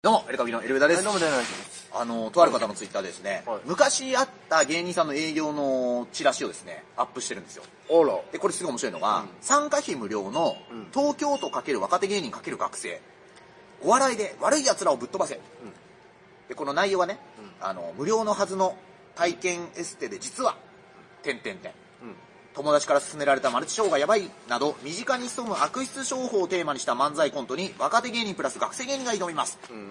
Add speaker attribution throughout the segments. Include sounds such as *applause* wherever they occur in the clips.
Speaker 1: どうも、エルカビのエルベダです。
Speaker 2: どうも、ダイナマイトです。
Speaker 1: あの、とある方のツイッターでですね、
Speaker 2: はい
Speaker 1: 昔あった芸人さんの営業のチラシをですね、アップしてるんですよ。
Speaker 2: あら。
Speaker 1: で、これすごい面白いのが、
Speaker 2: うん
Speaker 1: 参加費無料の
Speaker 2: うん
Speaker 1: 東京都×若手芸人×学生、お笑いで悪い奴らをぶっ飛ばせ。で、この内容はね、
Speaker 2: う
Speaker 1: あの、無料のはずの体験エステで実は、点々点。
Speaker 2: うん。
Speaker 1: 友達から勧められたマルチ商法がやばいなど身近に潜む悪質商法をテーマにした漫才コントに若手芸人プラス学生芸人が挑みます
Speaker 2: うん。うん。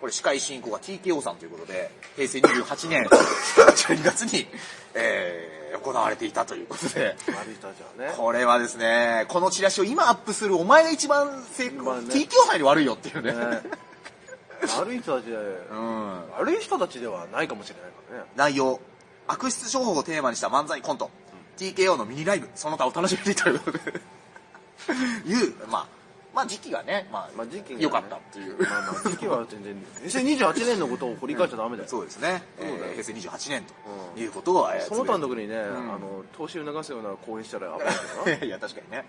Speaker 1: これ司会進行が TKO さんということで平成28年12月に、えー行われていたということで
Speaker 2: 悪い人たちはね。
Speaker 1: これはですねこのチラシを今アップするお前が一番成功、
Speaker 2: まあね
Speaker 1: TKO さんより悪いよっていうね
Speaker 2: ね悪い人たちで、
Speaker 1: うん
Speaker 2: 悪い人たちではないかもしれないからね。
Speaker 1: 内容悪質商法をテーマにした漫才コント、TKO のミニライブその他お楽しみにということでいうまあまあ時期がねまあ、
Speaker 2: まあ時期がね
Speaker 1: 良かったっていう、
Speaker 2: まあまあ、時期は全然、2028年のことを掘り返っちゃダメだよ。
Speaker 1: そうですね、え
Speaker 2: そうだよ
Speaker 1: ー平成28年
Speaker 2: う
Speaker 1: と
Speaker 2: ん
Speaker 1: いうことを、えー
Speaker 2: その他の時にね、
Speaker 1: ん
Speaker 2: あの、投資を促すような講演したら *laughs* 危ない
Speaker 1: つぶ *laughs* やいていや確かに
Speaker 2: *laughs*
Speaker 1: ね、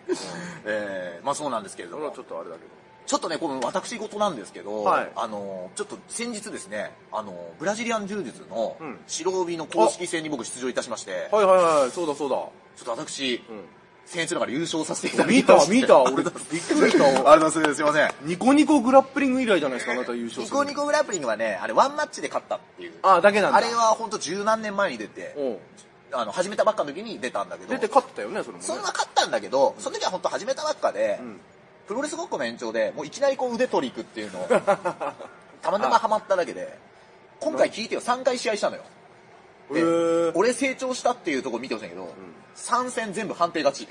Speaker 1: えーまあそうなんですけれ
Speaker 2: けど
Speaker 1: ど
Speaker 2: な。それ
Speaker 1: も
Speaker 2: はちょっとあれだけど。
Speaker 1: ちょっとねこの私事なんですけど、
Speaker 2: はい
Speaker 1: あのーちょっと先日ですねあのーブラジリアン柔術の
Speaker 2: うん
Speaker 1: 白帯の公式戦に僕出場いたしまして、
Speaker 2: はいはいはい、そうだそう
Speaker 1: ち
Speaker 2: だ。
Speaker 1: ょっと私、
Speaker 2: うん。
Speaker 1: 僭越ながら優勝させていただき
Speaker 2: 見
Speaker 1: ま
Speaker 2: た
Speaker 1: して
Speaker 2: *laughs*
Speaker 1: *laughs*
Speaker 2: 見た、俺、びっくりし *laughs* た。
Speaker 1: ありがとうございます。すいません。
Speaker 2: ニコニコグラップリング以来じゃないですか、あなた優勝
Speaker 1: ニ
Speaker 2: するの
Speaker 1: コニコグラップリングはね、あれワンマッチで勝ったっていう。
Speaker 2: あ、だけなんだ。
Speaker 1: あれはほんと十何年前に出て、
Speaker 2: うん。
Speaker 1: あの、始めたばっかの時に出たんだけど、
Speaker 2: 出て勝ったよね、それもね。
Speaker 1: そんな勝ったんだけど、その時はほんと始めたばっかで、
Speaker 2: うん。
Speaker 1: プロレスごっこの延長で、もういきなりこう腕取り行くっていう
Speaker 2: *laughs*
Speaker 1: のを、たまたまハマっただけで、今回聞いてよ、3回試合したのよ。で
Speaker 2: へー
Speaker 1: 俺成長したっていうところ見てほしいんだけど、3戦全部判定
Speaker 2: *laughs*
Speaker 1: 勝ち。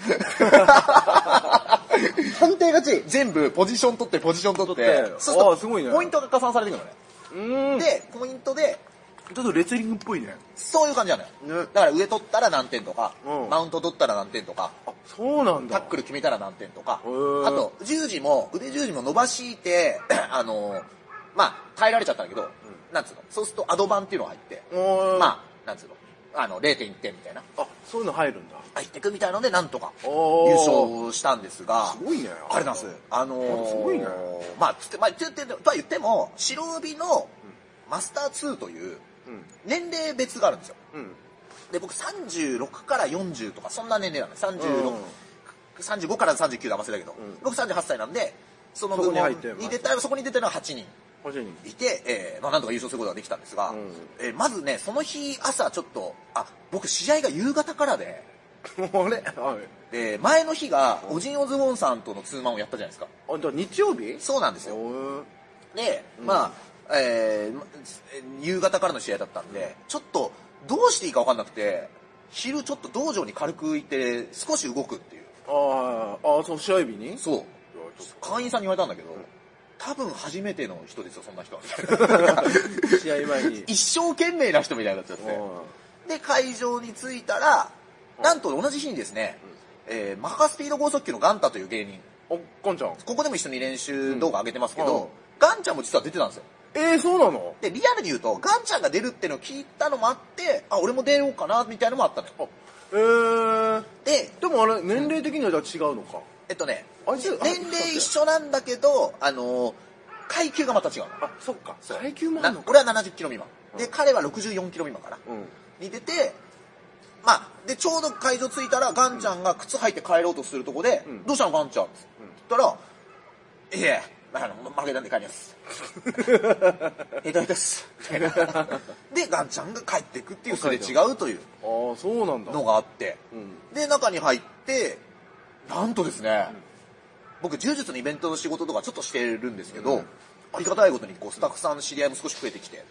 Speaker 1: 判定勝ち全部ポジション取ってポジション取って、
Speaker 2: 取って
Speaker 1: そうすると
Speaker 2: あーすごいね
Speaker 1: ポイントが加算されていくのね。
Speaker 2: うん。
Speaker 1: で、ポイントで、
Speaker 2: ちょっとレスリングっぽいね。
Speaker 1: そういう感じなのよ。
Speaker 2: ね
Speaker 1: だから上取ったら何点とか、
Speaker 2: うん
Speaker 1: マウント取ったら何点とか、
Speaker 2: あ、そうなん
Speaker 1: タ
Speaker 2: だ。
Speaker 1: ックル決めたら何点とか、あ
Speaker 2: へー
Speaker 1: と十字も、腕十字も伸ばして、 *clears throat* あのー、まあ、耐えられちゃったんだけど、なんつうの、そうするとアドバンっていうのが入って、
Speaker 2: おー
Speaker 1: まあ、なんつうの、あの、0.1点みたいな、
Speaker 2: あ、そういうの入るんだ。
Speaker 1: 入ってくみたいので、なんとか
Speaker 2: おー
Speaker 1: 優勝したんですが、
Speaker 2: すごいね
Speaker 1: あれなんです。あのー
Speaker 2: あれすごいね
Speaker 1: まあ、つって、まあ、つって、とは言っても、白帯のマスター2という、
Speaker 2: うん。
Speaker 1: 年齢別があるんですよ。
Speaker 2: うん。
Speaker 1: で僕36から40とかそんな年齢なの
Speaker 2: う
Speaker 1: 36、
Speaker 2: ん
Speaker 1: 35から39で合わせだけど、
Speaker 2: うん
Speaker 1: 僕38歳なんでその
Speaker 2: そ
Speaker 1: 部
Speaker 2: こに
Speaker 1: 門
Speaker 2: 入
Speaker 1: に
Speaker 2: ってます
Speaker 1: 出たそこに出たのは8人
Speaker 2: 欲しいに。
Speaker 1: いて、えーまあ、なんとか優勝することができたんですが、
Speaker 2: うん
Speaker 1: えーまずねその日朝ちょっとあ僕試合が夕方からで
Speaker 2: *laughs* あれあ
Speaker 1: で前の日がオジン・オズボーンさんとのツーマンをやったじゃないですか
Speaker 2: あ、じゃあ日曜日
Speaker 1: そうなんですよ
Speaker 2: おー
Speaker 1: で、
Speaker 2: ん
Speaker 1: まあ、えーまえー夕方からの試合だったんで、ちょっとどうしていいか分かんなくて、昼ちょっと道場に軽く行って、少し動くっていう。
Speaker 2: あーあ、その試合日に
Speaker 1: そう。
Speaker 2: うわちょっ
Speaker 1: 会員さんに言われたんだけど、多分初めての人ですよ、そんな人は。 *laughs*。
Speaker 2: と試合 *laughs* 前に
Speaker 1: 一生懸命な人みたいになっちゃって。
Speaker 2: お
Speaker 1: で、会場に着いたら、なんと同じ日にですね、えーマハスピード高速球のガンタという芸人、
Speaker 2: ーあ、かんちゃん。
Speaker 1: ここでも一緒に練習動画上げてますけ
Speaker 2: うんうん
Speaker 1: ど、ガンちゃんも実は出てたんですよ。
Speaker 2: えー、そうなの
Speaker 1: で、リアルに言うと、ガンちゃんが出るってのを聞いたのもあって、あ、俺も出ようかな、みたいなのもあったのよ。
Speaker 2: あ、えー。
Speaker 1: で、
Speaker 2: でもあれ、年齢的にはじゃあ違うのか。
Speaker 1: えっとね、
Speaker 2: あいつ
Speaker 1: 年齢一緒なんだけど、あのー階級がまた違う
Speaker 2: あ、そっか。
Speaker 1: そう
Speaker 2: 階級
Speaker 1: の。
Speaker 2: もあ
Speaker 1: なん
Speaker 2: のか。
Speaker 1: 俺は70キロ未満。で、
Speaker 2: うん
Speaker 1: 彼は64キロ未満かな。
Speaker 2: うん。
Speaker 1: に出て、まあ、で、ちょうど会場着いたら、ガンちゃんが靴履いて帰ろうとするとこで、
Speaker 2: うん
Speaker 1: どうしたのガンちゃんって言ったら、いえ、あの、負けたんで帰り
Speaker 2: *laughs*
Speaker 1: ます。えたいです。で、ガンちゃんが帰っていくっていう、それ違うという。
Speaker 2: ああ、そうなんだ。
Speaker 1: のがあって、
Speaker 2: うん
Speaker 1: で中に入ってなんとですね、僕柔術のイベントの仕事とかちょっとしてるんですけど、
Speaker 2: うん
Speaker 1: ありがたいことにこうスタッフさんの知り合いも少し増えてきて、
Speaker 2: ん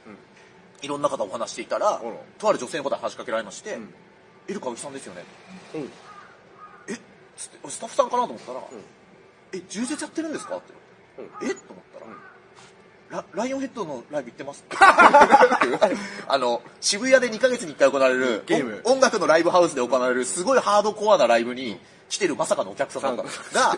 Speaker 1: いろんな方お話していたら
Speaker 2: ら
Speaker 1: とある女性の方に話しかけられまして
Speaker 2: ん
Speaker 1: 「エルカブキさんですよね」
Speaker 2: うん。
Speaker 1: えっつってスタッフさんかなと思ったら「
Speaker 2: ん
Speaker 1: え柔術やってるんですか?」って言われて「えっ?」と思ったら、ラライオンヘッドのライブ行ってます
Speaker 2: *laughs*
Speaker 1: あの、渋谷で2ヶ月に1回行われる
Speaker 2: ゲーム
Speaker 1: お音楽のライブハウスで行われるすごいハードコアなライブに来てるまさかのお客さんが、
Speaker 2: *laughs*
Speaker 1: が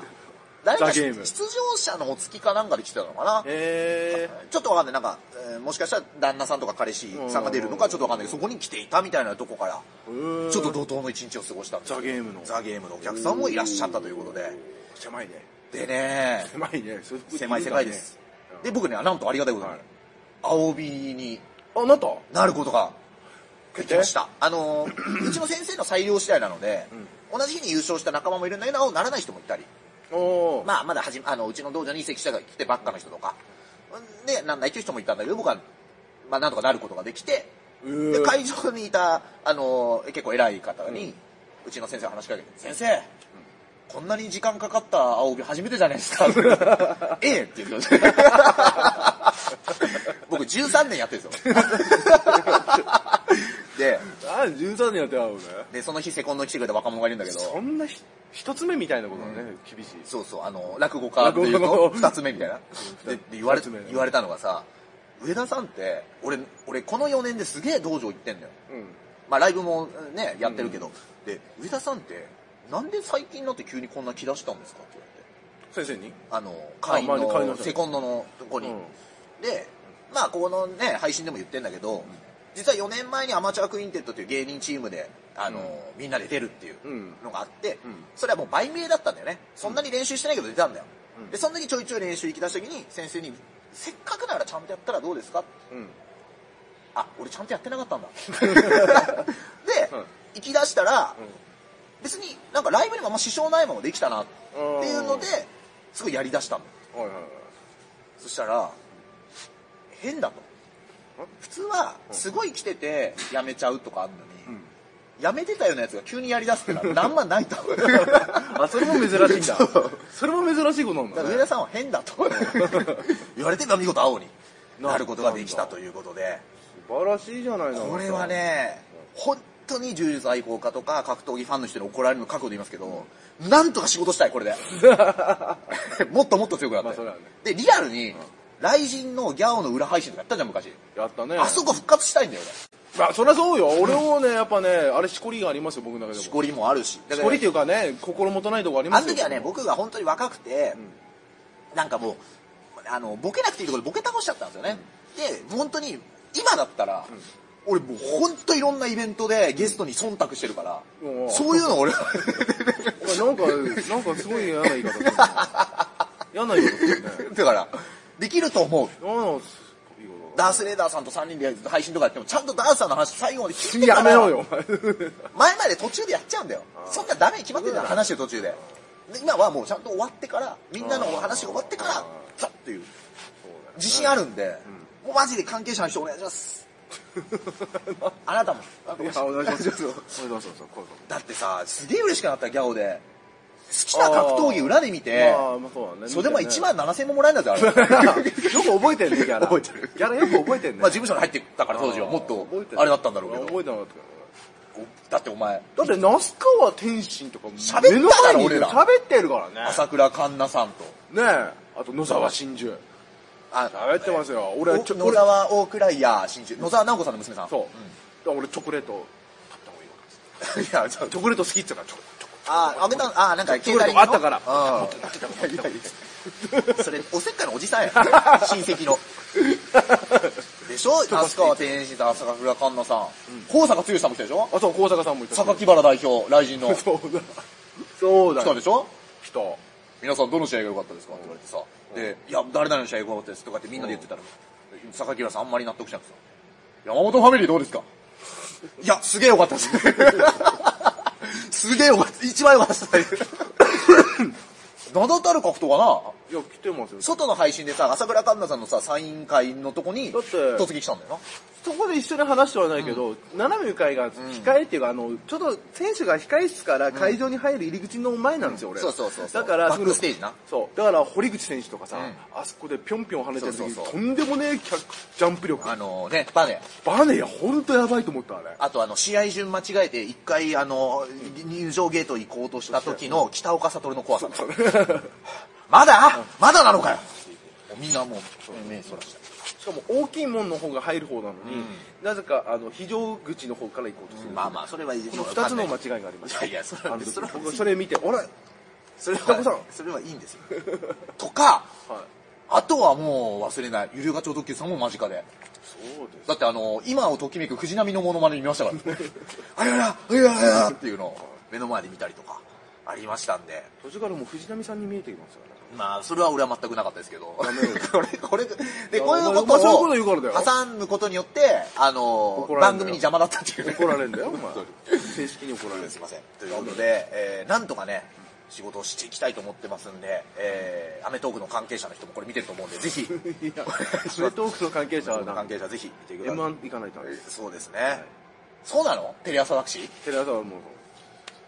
Speaker 1: 誰か
Speaker 2: ザゲ
Speaker 1: 出
Speaker 2: ーム
Speaker 1: 場者のお付きかなんかで来てたのかな
Speaker 2: え
Speaker 1: ちょっとわかんない。なんか、えーもしかしたら旦那さんとか彼氏さんが出るのかちょっとわかんないけど、そこに来ていたみたいなとこから、
Speaker 2: ー。うーん
Speaker 1: ちょっと怒涛の一日を過ごしたんですよ
Speaker 2: ザゲームの
Speaker 1: ザゲームのお客さんもいらっしゃったということで。
Speaker 2: 狭いね。
Speaker 1: でね、 *laughs*
Speaker 2: 狭いね。そういう
Speaker 1: 狭い世界です。
Speaker 2: う
Speaker 1: で僕ねなんとありがたいことに、
Speaker 2: はい
Speaker 1: 青帯に
Speaker 2: あなた
Speaker 1: なることが決定しましたあのー *clears throat* うちの先生の採用次第なので、同じ日に優勝した仲間もいるんだけどならない人もいたり
Speaker 2: おー、
Speaker 1: まあ、まだはじめあのうちの道場に移籍した来てばっかの人とか、で、なんないっていう人もいたんだけど、僕は、まあ、なんとかなることができて、
Speaker 2: えー
Speaker 1: で会場にいた、あの結構偉い方に、うちの先生が話しかけて、先生、こんなに時間かかった青帯初めてじゃないですか。ええって言ってました。僕13年やってるんですよ。で、
Speaker 2: あ13年やってあるね
Speaker 1: で、その日セコンドに来てくれた若者がいるんだけど、
Speaker 2: そんなひ一つ目みたいなことはね、厳しい
Speaker 1: そうそう、あの、落語家っていう
Speaker 2: 落語
Speaker 1: と、
Speaker 2: 家の
Speaker 1: *laughs* 二つ目みたいな。で、で言われ
Speaker 2: 二つ目、
Speaker 1: 言われたのがさ、上田さんって、俺、俺この4年ですげえ道場行ってんだよ。
Speaker 2: う
Speaker 1: まあライブもね、やってるけど。で、上田さんって、なんで最近になって急にこんな気出したんですかって言われて。
Speaker 2: ん先生に
Speaker 1: あの、会員
Speaker 2: あまあ会員の
Speaker 1: の、
Speaker 2: 人
Speaker 1: セコンドのとこに。
Speaker 2: うん
Speaker 1: で、まあ、ここのね、配信でも言ってんだけど、実は4年前にアマチュアクインテッドっていう芸人チームで、あの、みんなで出るっていうのがあって、
Speaker 2: うん
Speaker 1: それはもう売名だったんだよね。そんなに練習してないけど出たんだよ。
Speaker 2: うん
Speaker 1: で、その時ちょいちょい練習行き出した時に、先生に、せっかくならちゃんとやったらどうですか
Speaker 2: うん
Speaker 1: あ、俺ちゃんとやってなかったんだ。
Speaker 2: *laughs* うん
Speaker 1: で、行き出したら、別になんかライブにもあんま支障ないままできたなっていうので、すごいやり出したの。
Speaker 2: はいはいはい
Speaker 1: そしたら、変だと
Speaker 2: ん。
Speaker 1: 普通は、すごい来てて、辞めちゃうとかあるのに
Speaker 2: ん、
Speaker 1: 辞めてたようなやつが急にやり出すってのは、
Speaker 2: *laughs*
Speaker 1: なんまないと。
Speaker 2: あそれも珍しいんだ
Speaker 1: そ
Speaker 2: *laughs* それも珍しいことなん
Speaker 1: だ
Speaker 2: だ
Speaker 1: か
Speaker 2: ね
Speaker 1: ら上田さんは変だと言われてた見事青に
Speaker 2: な
Speaker 1: なることができたということで
Speaker 2: 素晴らしいじゃないの
Speaker 1: これはね本当に柔術愛好家とか格闘技ファンの人に怒られるの覚悟で言いますけど、なんとか仕事したいこれで
Speaker 2: *laughs*
Speaker 1: もっともっと強くなって、
Speaker 2: まあそれはね
Speaker 1: でリアルに、雷神のギャオの裏配信とかやったじゃん昔、
Speaker 2: やったね
Speaker 1: あそこ復活したいんだよ
Speaker 2: あそりゃそうよ俺もねやっぱねあれしこりがありますよ僕の中
Speaker 1: 俺
Speaker 2: で
Speaker 1: し
Speaker 2: も
Speaker 1: こりもあるしだか
Speaker 2: し
Speaker 1: ら
Speaker 2: こりっていうかね心もとないとこありま
Speaker 1: あ
Speaker 2: す
Speaker 1: の
Speaker 2: よ
Speaker 1: 時はね僕が本当に若くて、なんかもうあのボケなくていいところでボケ倒しちゃったんですよね、で本当に今だったら、俺もう本当いろんなイベントでゲストに忖度してるから、
Speaker 2: うん
Speaker 1: そういうの俺
Speaker 2: なんかなんかすごい嫌な言い方す
Speaker 1: *laughs*
Speaker 2: るね嫌な言い方するね
Speaker 1: だからできると思う
Speaker 2: 嫌な言い方
Speaker 1: ダースレーダーさんと3人で配信とかやってもちゃんとダースさんの話最後まで聞いてか
Speaker 2: や
Speaker 1: ら
Speaker 2: めろ *laughs* よお前
Speaker 1: 前まで途中でやっちゃうんだよそんなダメに決まってんだよ
Speaker 2: うん
Speaker 1: 話してる途中でで今はもうちゃんと終わってからみんなのお話が終わってからザッていう自信あるんで、もうマジで関係者の人お願いします
Speaker 2: *laughs*
Speaker 1: あなたも
Speaker 2: いやお願いしますよお願いしますよこうそう
Speaker 1: だってさすげえ嬉しくなったギャオで好きな格闘技裏で見て
Speaker 2: まあまあそうだね
Speaker 1: それでも
Speaker 2: 見て
Speaker 1: 1
Speaker 2: ね
Speaker 1: 万7000円ももらえるん
Speaker 2: *laughs*
Speaker 1: だぜあれ
Speaker 2: よく覚えてんねギャラ
Speaker 1: 覚えてる
Speaker 2: ギャラよく覚えてんね
Speaker 1: まあ事務所に入ってたから当時はもっと
Speaker 2: 覚えてる
Speaker 1: あれだったんだろうけ
Speaker 2: 覚
Speaker 1: ど
Speaker 2: えてなかったけ
Speaker 1: だってお前
Speaker 2: どだって那須川天心とか
Speaker 1: 喋っただろ
Speaker 2: 目の前にいる
Speaker 1: 俺ら
Speaker 2: 喋ってるからね
Speaker 1: 朝倉環奈さんと
Speaker 2: ねえあと野沢真珠
Speaker 1: あ
Speaker 2: 喋ってますよ俺は
Speaker 1: お
Speaker 2: ちょ
Speaker 1: 野沢大倉いや真珠野沢直子さんの娘さん
Speaker 2: そう、だから俺チョコレート買った方がいいよ
Speaker 1: うん *laughs* いやちょっと
Speaker 2: チョコレート好きっつうからチョコチョコ
Speaker 1: ああげたあなんか
Speaker 2: チョコレート
Speaker 1: の
Speaker 2: あったから
Speaker 1: うん
Speaker 2: 持ってた持ってた持ってた持って
Speaker 1: それ、おせっかいのおじ *laughs* さんや。親戚の。でしょ那須川天心さん、朝倉環奈さん。高坂剛さんも来たでしょ
Speaker 2: たあそう高坂さんもいたし
Speaker 1: 榊原代表、雷神の。来
Speaker 2: そうだそうだ
Speaker 1: たでしょ
Speaker 2: 来た
Speaker 1: 皆さんどの試合が良かったですかって言われてさ。で、いや、誰々の試合が良かったですとかってみんなで言ってたら、榊原さんあんまり納得しなくてさ。山本ファミリーどう
Speaker 2: *laughs*
Speaker 1: ですかいや、すげえ良かったです。すげえ良かった。一番良かった
Speaker 2: *laughs*
Speaker 1: です。名だたる格闘がな、
Speaker 2: いや来てますよ
Speaker 1: 外の配信でさ、朝倉環奈さんのさ、サイン会のとこに、
Speaker 2: だって
Speaker 1: 突撃したんだよ
Speaker 2: そこで一緒に話してはないけど、斜め向かいが控えっていうか、あの、ちょっと選手が控え室から会場に入る入り口の前なんですよ、
Speaker 1: ん
Speaker 2: 俺。
Speaker 1: そうそうそうそう
Speaker 2: だから、
Speaker 1: バックステージな
Speaker 2: そう。だから、堀口選手とかさ、
Speaker 1: う
Speaker 2: あそこでぴょんぴょん跳ねてる時
Speaker 1: そう
Speaker 2: に、
Speaker 1: そうそう
Speaker 2: とんでもねえキャジャンプ力。
Speaker 1: な。あのね、バネ。
Speaker 2: バネや、ほんとやばいと思った、あれ。
Speaker 1: あとあの、試合順間違えて、一回あの、入場ゲート行こうとした時の北岡悟の怖さ。 *laughs* まだまだなのかよもうみんなもう、目そらして。
Speaker 2: しかも、大きい門の方が入る方なのに、なぜか、あの、非常口の方から行こうとする。
Speaker 1: まあまあ、それはいい。
Speaker 2: この二つの
Speaker 1: ま
Speaker 2: 間
Speaker 1: あ
Speaker 2: 違いがありました。
Speaker 1: いやいやそれ *laughs* は
Speaker 2: あの時
Speaker 1: それは
Speaker 2: 僕それ見て、あれ
Speaker 1: それ
Speaker 2: 北岡さん
Speaker 1: は、それはいいん *laughs* ですよ。とか、
Speaker 2: はい。
Speaker 1: あとはもう忘れない。ゆるがちょうどきさんも間近で。
Speaker 2: そうです。
Speaker 1: だってあの、今をときめく *laughs* 藤波のモノマネ見ましたから。あれあれあれあれあれあれっていうのを目の前で見たりとか。ありましたんで。
Speaker 2: 途中からもう藤波さんに見えてきますからね
Speaker 1: まあ、それは俺は全くなかったですけど。こ
Speaker 2: ダメよ
Speaker 1: れ、 *laughs* これ、で、
Speaker 2: いや
Speaker 1: こういうこ
Speaker 2: お前お前そういうこと言うから
Speaker 1: と
Speaker 2: だ
Speaker 1: を挟
Speaker 2: よ
Speaker 1: むことによって、あの
Speaker 2: 怒られるん、
Speaker 1: 番
Speaker 2: だよ
Speaker 1: 組に邪魔だったっていうね。
Speaker 2: 怒られるんだよお前正式に怒られ
Speaker 1: *laughs*
Speaker 2: る
Speaker 1: すいません。ということで、えーなんとかね、仕事をしていきたいと思ってますんで、えーアメトークの関係者の人もこれ見てると思うんで、ぜ
Speaker 2: *laughs*
Speaker 1: ひ、
Speaker 2: いやアメトークの関係者はな
Speaker 1: 関係者ぜひ見てください。
Speaker 2: M1 行かないとダメです
Speaker 1: そうですね。そうなのテレ朝タクシー
Speaker 2: テレ朝はもう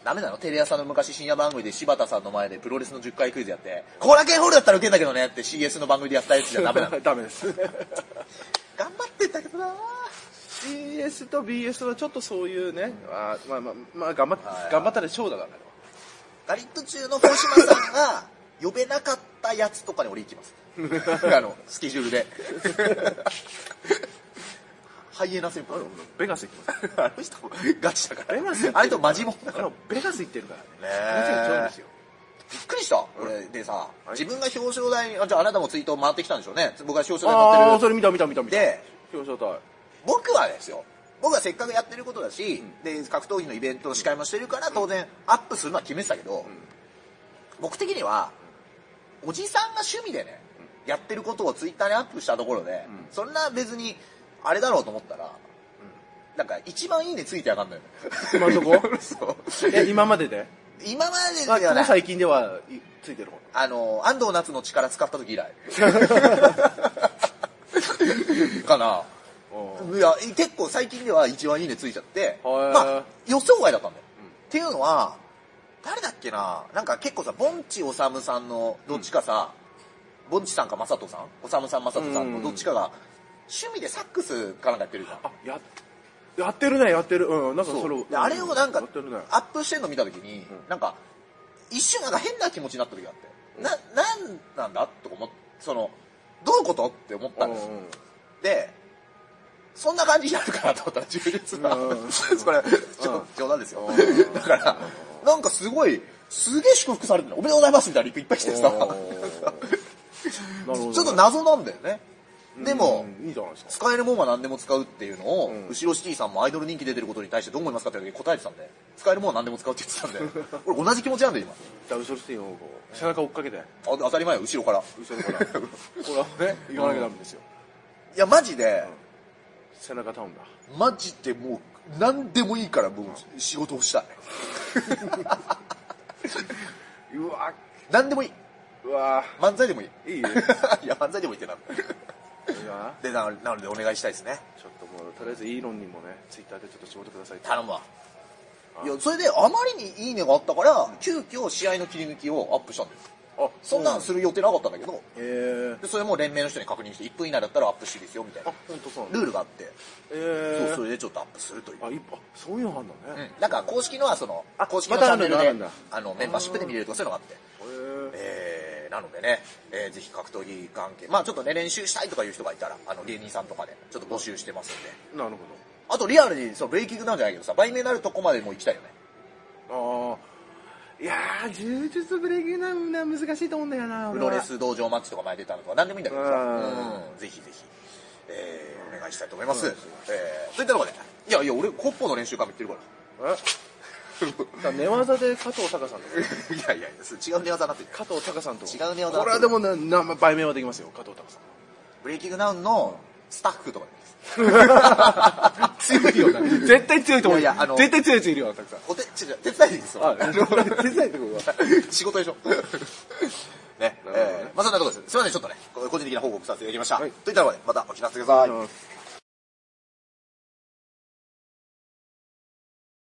Speaker 1: ダメなのテレ朝の昔深夜番組で柴田さんの前でプロレスの10回クイズやって、後楽園ホールだったらウケんだけどねって CS の番組でやったやつじゃダメ
Speaker 2: *laughs*
Speaker 1: なの
Speaker 2: ダメです
Speaker 1: 頑張ってんだけどな
Speaker 2: CS と BS はちょっとそういうね、あーまあまあまあ頑張っ
Speaker 1: はい
Speaker 2: 頑張ったでしょうだから
Speaker 1: ガリット中の星島さんが呼べなかったやつとかに俺行きます。 *laughs* あの、スケジュールで。ハイエナ先輩。
Speaker 2: ベガス行きます
Speaker 1: あの人もガチだか
Speaker 2: ベ
Speaker 1: ら
Speaker 2: ガス行ってる。
Speaker 1: あれとマジもんだか
Speaker 2: あ
Speaker 1: ら。
Speaker 2: のベガス行ってるからね
Speaker 1: ね
Speaker 2: もちろん強いんですよ
Speaker 1: びっくりした。俺でさ、
Speaker 2: い
Speaker 1: 自分が表彰台に、あ、じゃああなたもツイート回ってきたんでしょうね。僕が表彰台乗
Speaker 2: ああ
Speaker 1: ってる。
Speaker 2: ーそれ見た見た見た見た
Speaker 1: で、
Speaker 2: 表彰台
Speaker 1: 僕はですよ僕はせっかくやってることだし、で格闘技のイベントの司会もしてるから当然アップするのは決めてたけど、僕的にはおじさんが趣味でね、やってることをツイッターにアップしたところで、
Speaker 2: うん
Speaker 1: そんな別にあれだろうと思ったら、なんか一番いいねついてやがんの *laughs* よ
Speaker 2: 今のとこ
Speaker 1: そう
Speaker 2: え今までで
Speaker 1: 今まででは
Speaker 2: あここ
Speaker 1: ない
Speaker 2: 最近ではいついてる方
Speaker 1: あの安藤夏の力使った時以 *laughs* 来かな
Speaker 2: うん
Speaker 1: いや、結構最近では一番いいねついちゃって、ま
Speaker 2: ー
Speaker 1: あ、予想外だったんだよ。
Speaker 2: うん
Speaker 1: っていうのは、誰だっけな、なんか結構さ、ぼんちおさむさんのどっちかさ、ぼんちさんかまさとさんおさむさんまさとさんのどっちかが、趣味でサックスかなんかやってるじゃん。
Speaker 2: あややってるねやってるうんなんかそ
Speaker 1: そ
Speaker 2: れ
Speaker 1: うであれをなんか
Speaker 2: やってるね
Speaker 1: アップしてんの見た時に、なんか一瞬なんか変な気持ちになった時があって、な、なんなんだとか思って、その、どういうことって思ったんですよ。で、そんな感じになるかなと思ったら、充実が。
Speaker 2: うん
Speaker 1: *laughs* これ、ちょ冗談ですよ
Speaker 2: う。ん
Speaker 1: だから、なんかすごい、すげえ祝福されてるの。おめでとうございますみたいなリプいっぱい来てさ、
Speaker 2: なるほどね
Speaker 1: *laughs* ちょっと謎なんだよね。でも、
Speaker 2: うんいいじゃないですか
Speaker 1: 使えるもんは何でも使うっていうのを、
Speaker 2: うん
Speaker 1: 後ろシティさんもアイドル人気出てることに対してどう思いますかって答えてたんで、使えるもんは何でも使うって言ってたんで、 *laughs* 俺同じ気持ちなんだよ、
Speaker 2: じゃあ後ろスティンをこう背中追っかけて
Speaker 1: 今。あ当たり前よ、後ろから。
Speaker 2: 後ろからこれ
Speaker 1: *laughs*
Speaker 2: はね行かなきゃダメですよ
Speaker 1: いや、マジで、
Speaker 2: 背中タウンだ
Speaker 1: マジでもう、何でもいいから、もう仕事をしたい。
Speaker 2: うわ
Speaker 1: 何でもいい。
Speaker 2: うわ
Speaker 1: 漫才でもいい。
Speaker 2: いいよ
Speaker 1: *laughs* いや、漫才でもいいってな。
Speaker 2: いいわ
Speaker 1: で、ななのでお願いしたいですね。
Speaker 2: ちょっともうとりあえずイーロンにもねツイッターでちょっと仕事くださいって
Speaker 1: 頼むわ。いや、それであまりにいいねがあったから、急遽試合の切り抜きをアップしたんです。
Speaker 2: あ
Speaker 1: そんなんする予定なかったんだけど、
Speaker 2: へえ
Speaker 1: でそれも連盟の人に確認して、1分以内だったらアップしていいですよ、みたい
Speaker 2: あ
Speaker 1: な。
Speaker 2: 本当そうなんだ
Speaker 1: ルールがあって、
Speaker 2: え
Speaker 1: そう
Speaker 2: ー
Speaker 1: それでちょっとアップするという。
Speaker 2: あいっぱそういうのがあんだ
Speaker 1: う
Speaker 2: ね
Speaker 1: ん。なんか公式のはその
Speaker 2: あ、
Speaker 1: 公式のチャンネル
Speaker 2: またある
Speaker 1: で
Speaker 2: んだあるん、
Speaker 1: あの、メンバーシップで見れるとかそういうのがあって。
Speaker 2: へ
Speaker 1: え
Speaker 2: え
Speaker 1: ー、なのでね、えー、ぜひ格闘技関係、まあちょっとね、練習したいとかいう人がいたら、あの、芸人さんとかで、ちょっと募集してますんで。
Speaker 2: なるほ
Speaker 1: あとリアルに、そのブレイキングなんじゃないけどさ、売名になるとこまでもう行きたいよね。
Speaker 2: どああいやー柔術ブレイキングダウンは難しいと思うんだよな
Speaker 1: プ
Speaker 2: 俺
Speaker 1: ロ
Speaker 2: は
Speaker 1: レス道場マッチとか前出たのとか、なんでもいいんだけどさ、
Speaker 2: うん
Speaker 1: うん、ぜひぜひ、えー、お願いしたいと思います。えー、といったところで、いやいや、俺、コッポの練習会も行ってるから。 *laughs*
Speaker 2: え *laughs* だ寝技で加藤隆さんとか
Speaker 1: いやいや、違う寝技になってる。
Speaker 2: 加藤隆さんと
Speaker 1: 違う寝技
Speaker 2: これはでもなな売名はできますよ加藤隆さん
Speaker 1: ブレイキングダウンのスタッフとか
Speaker 2: *laughs*
Speaker 1: です。強いよな。
Speaker 2: 絶対強いと思う
Speaker 1: いやいやあの
Speaker 2: 絶対強いやついるよたくさん
Speaker 1: お手、ちょ、ちょ手伝いでいいです *laughs* よ。
Speaker 2: 手伝いってことは
Speaker 1: 仕事でしょ。 *laughs* ね、
Speaker 2: なるほどね
Speaker 1: えー、まあそんなところです。すいません、ちょっとね、個人的な報告させていただきました。
Speaker 2: はい
Speaker 1: といったところで、またお聞かせください。
Speaker 2: はい